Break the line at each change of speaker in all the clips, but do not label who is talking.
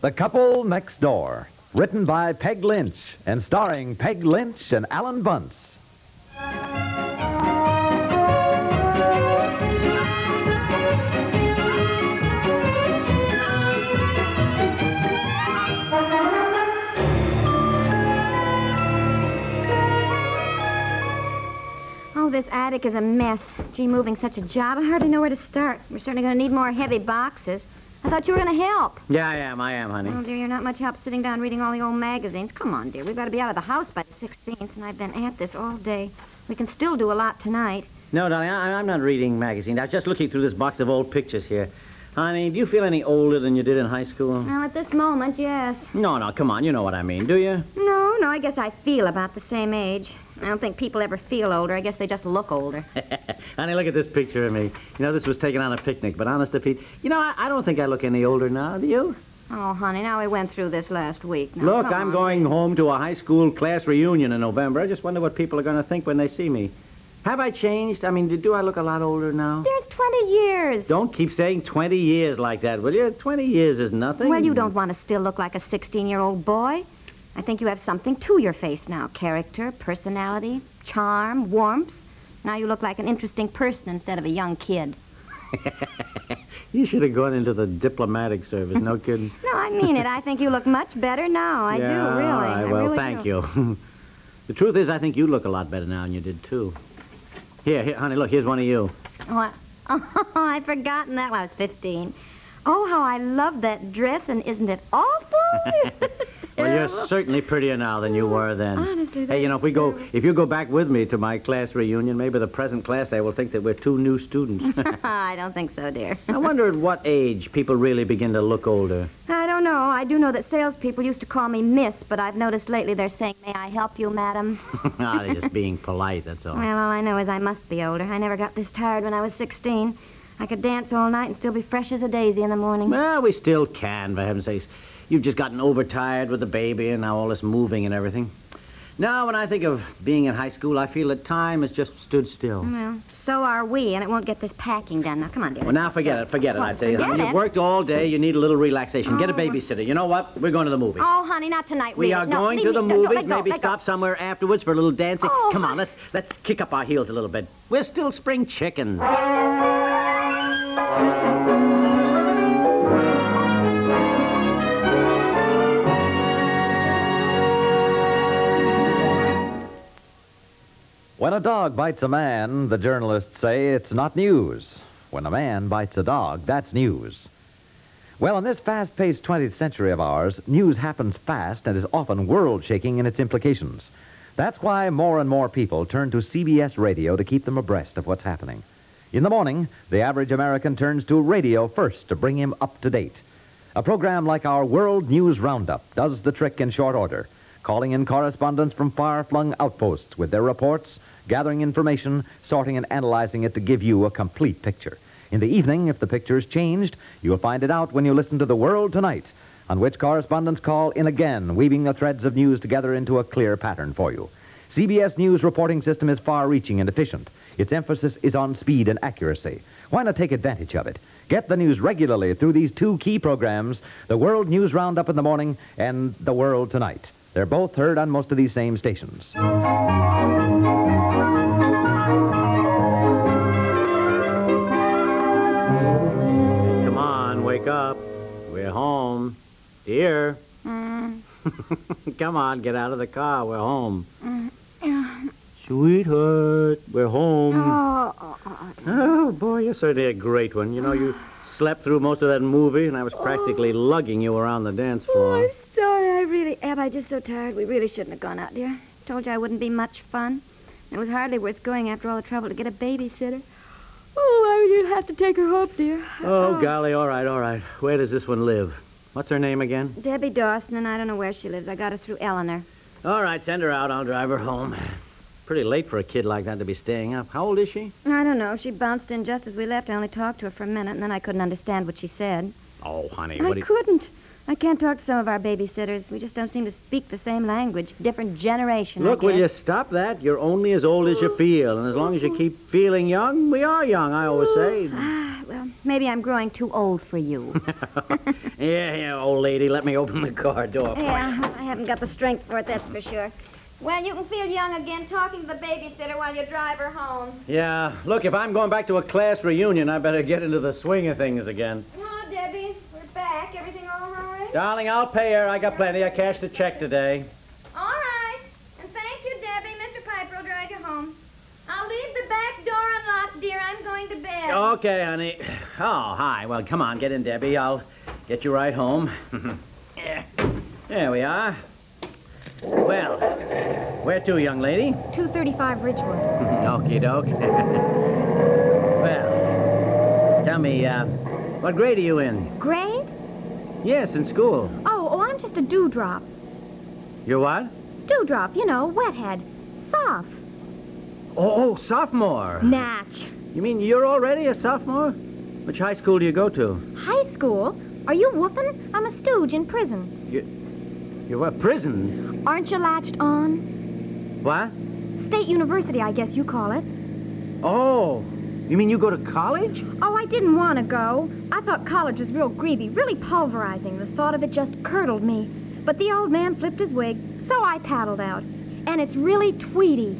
The Couple Next Door, written by Peg Lynch and starring Peg Lynch and Alan Bunce.
Oh, this attic is a mess. Gee, moving such a job, I hardly know where to start. We're certainly going to need more heavy boxes. I thought you were going to help.
Yeah, I am. I am, honey.
Oh, dear, you're not much help sitting down reading all the old magazines. Come on, dear. We've got to be out of the house by the 16th, and I've been at this all day. We can still do a lot tonight.
No, darling, I, I'm not reading magazines. I was just looking through this box of old pictures here. Honey, do you feel any older than you did in high school?
Now, at this moment, yes.
No, no, come on. You know what I mean, do you?
No, no, I guess I feel about the same age. I don't think people ever feel older. I guess they just look older.
Eh. Honey, look at this picture of me. You know, this was taken on a picnic, but honest to Pete, you know, I, I don't think I look any older now, do you?
Oh, honey, now we went through this last week. Now,
Look,
come
I'm
on.
going home to a high school class reunion in November. I just wonder what people are going to think when they see me. Have I changed? I mean, do- do I look a lot older now?
There's 20 years.
Don't keep saying 20 years like that, will you? 20 years is nothing.
Well, you don't want to still look like a 16-year-old boy. I think you have something to your face now. Character, personality, charm, warmth. Now you look like an interesting person instead of a young kid.
You should have gone into the diplomatic service. No kidding.
No, I mean it. I think you look much better now. I
yeah,
do, really.
All right,
I
well,
really
thank
do.
you. the truth is, I think you look a lot better now than you did, too. Here, here, honey, look, here's one of you.
Oh, I- oh, I'd forgotten that when I was 15. Oh, how I love that dress, and isn't it awful?
Well, you're certainly prettier now than you were then.
Mm, Honestly,
hey, you know, if we go, if you go back with me to my class reunion, maybe the present class day will think that we're two new students.
I don't think so, dear.
I wonder at what age people really begin to look older.
I don't know. I do know that salespeople used to call me Miss, but I've noticed lately they're saying, May I help you, madam?
ah, they're just being polite. That's all.
Well, all I know is I must be older. I never got this tired when I was 16. I could dance all night and still be fresh as a daisy in the morning.
Well, we still can, for heaven's sakes. You've just gotten overtired with the baby and now all this moving and everything. Now, when I think of being in high school, I feel that time has just stood still.
Well, so are we, and it won't get this packing done. Now, come on, dear.
Well, now forget it. Forget it, I say.
forget
You've
it.
worked all day. You need a little relaxation. Get a babysitter. You know what? We're going to the movies.
Oh, honey, not tonight.
We
really.
are
No,
going
leave me.
to the
No, no,
movies.
let go,
Maybe
let go.
stop somewhere afterwards for a little dancing.
Oh,
Come on,
honey.
let's let's kick up our heels a little bit. We're still spring chicken.
When a dog bites a man, the journalists say it's not news. When a man bites a dog, that's news. Well, in this fast paced 20th century of ours, news happens fast and is often world shaking in its implications. That's why more and more people turn to CBS radio to keep them abreast of what's happening. In the morning, the average American turns to radio first to bring him up to date. A program like our World News Roundup does the trick in short order, calling in correspondents from far flung outposts with their reports, gathering information, sorting and analyzing it to give you a complete picture. In the evening, if the picture is changed, you'll find it out when you listen to The World Tonight, on which correspondents call in again, weaving the threads of news together into a clear pattern for you. CBS News reporting system is far-reaching and efficient. Its emphasis is on speed and accuracy. Why not take advantage of it? Get the news regularly through these two key programs, the World News Roundup in the morning and The World Tonight. They're both heard on most of these same stations.
Come on, wake up. We're home. Dear.
Mm.
Come on, get out of the car. We're home.
Mm,
Sweetheart, we're home.
Oh, oh, oh,
Oh, boy, you're certainly a great one. You know, you slept through most of that movie, and I was practically lugging you around the dance
oh,
floor.
I'm sorry. I really am. I'm just so tired. We really shouldn't have gone out, dear. Told you I wouldn't be much fun. It was hardly worth going after all the trouble to get a babysitter. Oh, I, you'll have to take her home, dear.
Oh, golly, all right, all right. Where does this one live? What's her name again?
Debbie Dawson, and I don't know where she lives. I got her through Eleanor.
All right, send her out. I'll drive her home. Pretty late for a kid like that to be staying up. How old is she?
I don't know. She bounced in just as we left. I only talked to her for a minute, and then I couldn't understand what she said.
Oh, honey,
I
what do you...
couldn't. I can't talk to some of our babysitters. We just don't seem to speak the same language. Different generation. I
Look, will
guess.
you stop that? You're only as old as you feel, and as long as you keep feeling young, we are young, I always say.
Ah, well, maybe I'm growing too old for you.
Yeah, yeah, old lady, let me open the car door.
yeah, I haven't got the strength for it, that's for sure. Well, you can feel young again talking to the babysitter while you drive her home.
Yeah, look, if I'm going back to a class reunion, I better get into the swing of things again.
Hello, Debbie. We're back. Everything all right?
Darling, I'll pay her. I got plenty. I cashed a check today.
All right. And thank you, Debbie. Mr. Piper will drive you home. I'll leave the back door unlocked, dear. I'm going to bed.
Okay, honey. Oh, hi. Well, come on, get in, Debbie. I'll get you right home. Yeah. there we are. Well, where to, young lady?
235 Ridgewood.
Okie doke. well, tell me, uh, what grade are you in?
Grade?
Yes, in school.
Oh, oh, I'm just a dewdrop.
You're what?
Dewdrop, you know, wethead. Soft.
Oh, oh, sophomore.
Natch.
You mean you're already a sophomore? Which high school do you go to?
High school? Are you whooping? I'm a stooge in prison.
You what, prison?
Aren't you latched on?
What?
State University, I guess you call it.
Oh, you mean you go to college?
Oh, I didn't want to go. I thought college was real greedy, really pulverizing. The thought of it just curdled me. But the old man flipped his wig, so I paddled out. And it's really Tweety.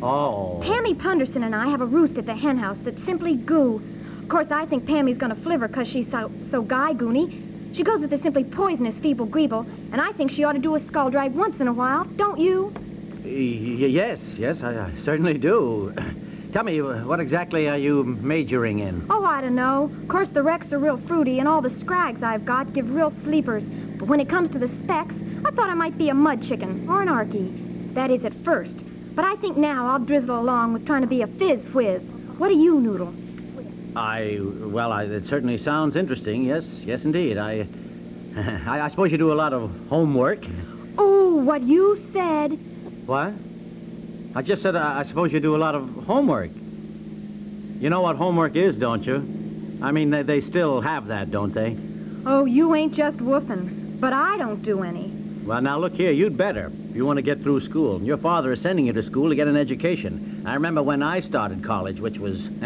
Oh.
Pammy Punderson and I have a roost at the hen house that's simply goo. Of course, I think Pammy's gonna flivver 'cause she's so, so guy goony. She goes with the simply poisonous feeble greeble, and I think she ought to do a skull drive once in a while, don't you?
Y- y- yes, yes, I, I certainly do. Tell me, uh, what exactly are you majoring in?
Oh, I don't know. Of course, the wrecks are real fruity, and all the scrags I've got give real sleepers. But when it comes to the specs, I thought I might be a mud chicken or an arky. That is, at first. But I think now I'll drizzle along with trying to be a fizz whiz. What do you, Noodle?
I, well, I, it certainly sounds interesting. Yes, yes, indeed. I, I, I suppose you do a lot of homework.
Oh, what you said.
What? I just said I, I suppose you do a lot of homework. You know what homework is, don't you? I mean, they, they still have that, don't they?
Oh, you ain't just woofing. But I don't do any.
Well, now look here, you'd better. If you want to get through school, and your father is sending you to school to get an education. I remember when I started college, which was,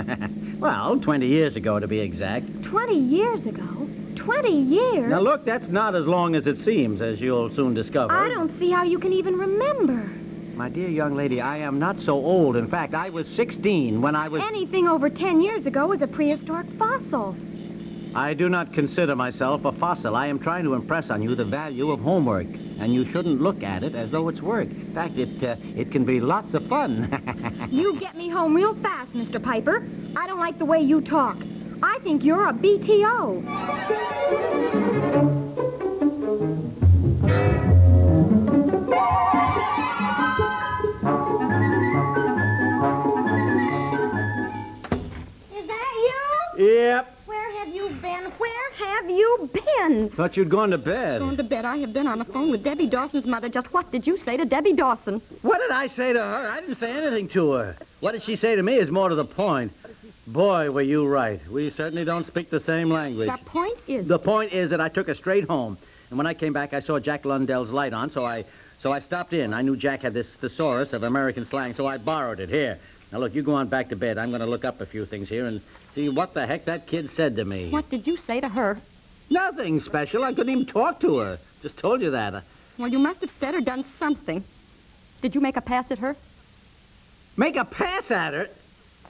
well, 20 years ago to be exact.
Twenty years ago? Twenty years?
Now look, that's not as long as it seems, as you'll soon discover.
I don't see how you can even remember.
My dear young lady, I am not so old. In fact, I was 16 when I was.
Anything over ten years ago was a prehistoric fossil.
I do not consider myself a fossil. I am trying to impress on you the value of homework, and you shouldn't look at it as though it's work. In fact, it uh, it can be lots of fun.
You get me home real fast, Mr. Piper. I don't like the way you talk. I think you're a BTO.
Is that you?
yep.
Where have you been? Where
Have you been?
Thought you'd gone to bed.
have you been? I have been on the phone with Debbie Dawson's mother. Just
Just what did you say to Debbie Dawson?
What did I say to her? I didn't say anything to her. What did she say to me is more to the point. Boy, were you right. We certainly don't speak the same language.
the point is,
The point is that I took her straight home. And when I came back, I saw Jack Lundell's light on, so I so I stopped in. I knew Jack had this thesaurus of American slang, so I borrowed it here. Now look, you go on back to bed. I'm going to look up a few things here and see what the heck that kid said to me.
what did you say to her?
Nothing special. I couldn't even talk to her. Just told you that.
Well, you must have said or done something. Did you make a pass at her?
Make a pass at her.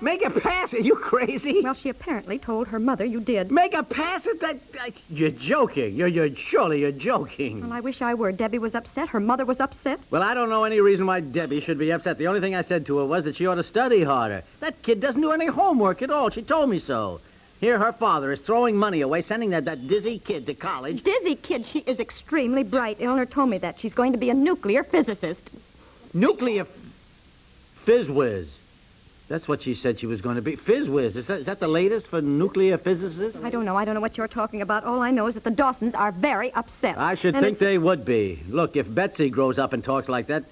Make a pass. Are you crazy?
Well, she apparently told her mother you did.
Make a pass at that? I- You're joking. You're, you're surely you're joking.
Well, I wish I were. Debbie was upset. Her mother was upset.
Well, I don't know any reason why Debbie should be upset. The only thing I said to her was that she ought to study harder. That kid doesn't do any homework at all. She told me so. Here, her father is throwing money away, sending that, that dizzy kid to college.
Dizzy kid, she is extremely bright. Eleanor told me that. She's going to be a nuclear physicist.
Nuclear fizz whiz. That's what she said she was going to be. Fizz whiz. Is that, is that the latest for nuclear physicists?
I don't know. I don't know what you're talking about. All I know is that the Dawsons are very upset.
I should
And
think
it's-
they would be. Look, if Betsy grows up and talks like that,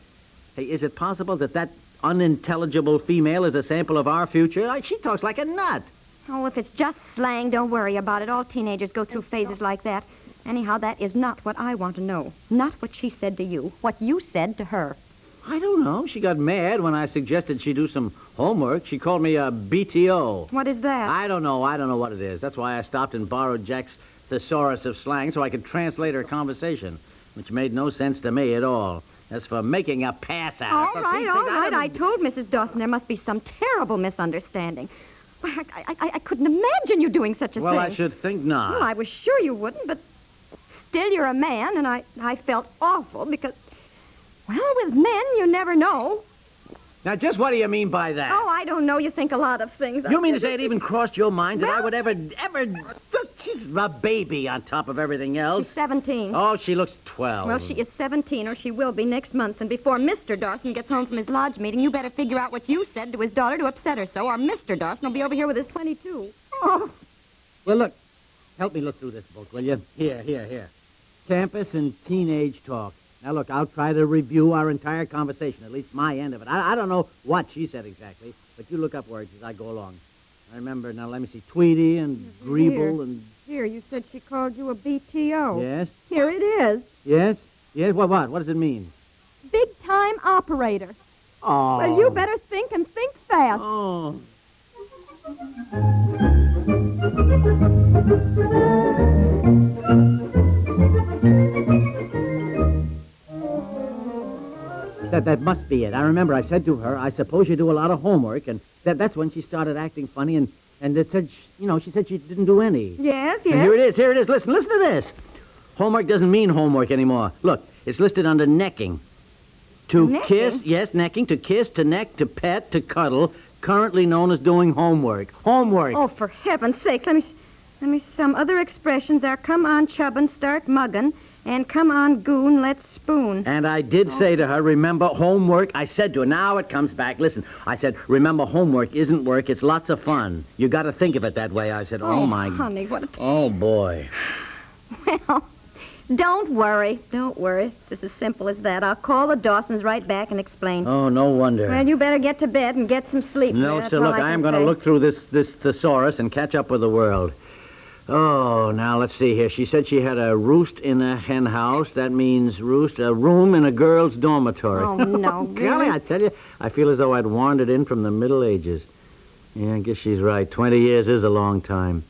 hey, is it possible that that unintelligible female is a sample of our future? Like, she talks like a nut.
Oh, if it's just slang, don't worry about it. All teenagers go through phases like that. Anyhow, that is not what I want to know. Not what she said to you, what you said to her.
I don't know. She got mad when I suggested she do some homework. She called me a BTO.
What is that?
I don't know. I don't know what it is. That's why I stopped and borrowed Jack's thesaurus of slang so I could translate her conversation, which made no sense to me at all. As for making a pass at
All
her, for
right,
Pete's
all
sake,
right. I
don't-
told Mrs. Dawson there must be some terrible misunderstanding. Why, I, I, I- I couldn't imagine you doing such a
Well,
thing.
I should think not.
Well, I was sure you wouldn't, but still you're a man, and I, I felt awful because, well, with men, you never know.
Now, just what do you mean by that?
Oh, I don't know. You think a lot of things.
You mean to say it even crossed your mind that I
Well-
would ever, ever... She's a baby on top of everything
She's
else.
17.
Oh, she looks 12.
Well, she is 17, or she will be next month. And before Mr. Dawson gets home from his lodge meeting, you better figure out what you said to his daughter to upset her so, or Mr. Dawson will be over here with his 22. Oh,
Well, look, help me look through this book, will you? Here, here, here. Campus and Teenage Talk. Now, look, I'll try to review our entire conversation, at least my end of it. I, I don't know what she said exactly, but you look up words as I go along. I remember, now let me see, Tweety and Greeble and...
here, you said she called you a BTO.
Yes,
Here it is.
yes, yes, what, what? What does it mean?
Big time operator.
Oh.
Well, you better think and think fast.
Oh. That, that must be it. I remember I said to her, I suppose you do a lot of homework, and that, that's when she started acting funny, and, and it said, sh you know, she said she didn't do any.
Yes,
And
yes.
here it is, here it is. Listen, listen to this. Homework doesn't mean homework anymore. Look, it's listed under necking. To
Necking?
kiss, yes, necking, to kiss, to neck, to pet, to cuddle, currently known as doing homework. Homework.
Oh, for heaven's sake, let me, s- let me. s- Some other expressions are "come on, chubbin', start muggin'," and "come on, goon, let's spoon."
And I did say to her, remember homework? I said to her, now it comes back. Listen, I said, remember homework isn't work, it's lots of fun. You got to think of it that way. I said, oh, my.
honey, what? a-
Oh, boy.
Well, don't worry, don't worry. It's as simple as that. I'll call the Dawsons right back and explain.
Oh, no wonder.
Well, you better get to bed and get some sleep.
No,
That's
sir.
all
Look,
I
I, am
going
going to look through this this thesaurus and catch up with the world. Oh, now let's see here. She said she had a roost in a hen house. That means roost, a room in a girl's dormitory.
Oh no,
Golly, I tell you, I feel as though I'd wandered in from the Middle Ages. Yeah, I guess she's right. Twenty years is a long time.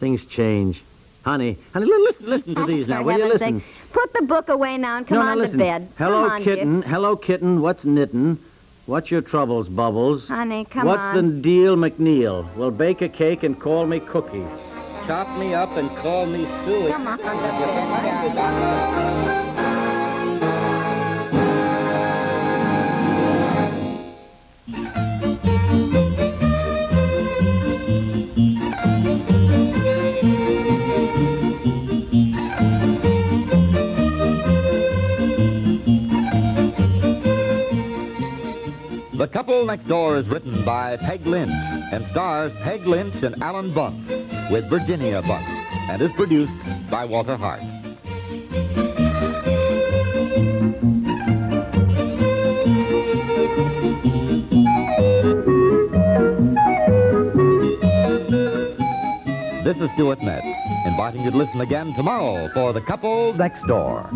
Things change. Honey, honey, li- listen, listen to these now.
For
Will you
heaven's
listen?
sake, put the book away now and come
no, no,
on
listen.
to bed.
Hello,
come on, dear.
kitten. Hello, kitten. What's knitting? What's your troubles, Bubbles?
Honey, come
What's
on.
the deal, McNeil? Well, bake a cake and call me Cookie. Chop me up and call me Suey. Come on,
The Couple Next Door is written by Peg Lynch and stars Peg Lynch and Alan Bunce with Virginia Bunce and is produced by Walter Hart. This is Stuart Metz, inviting you to listen again tomorrow for The Couple
Next door.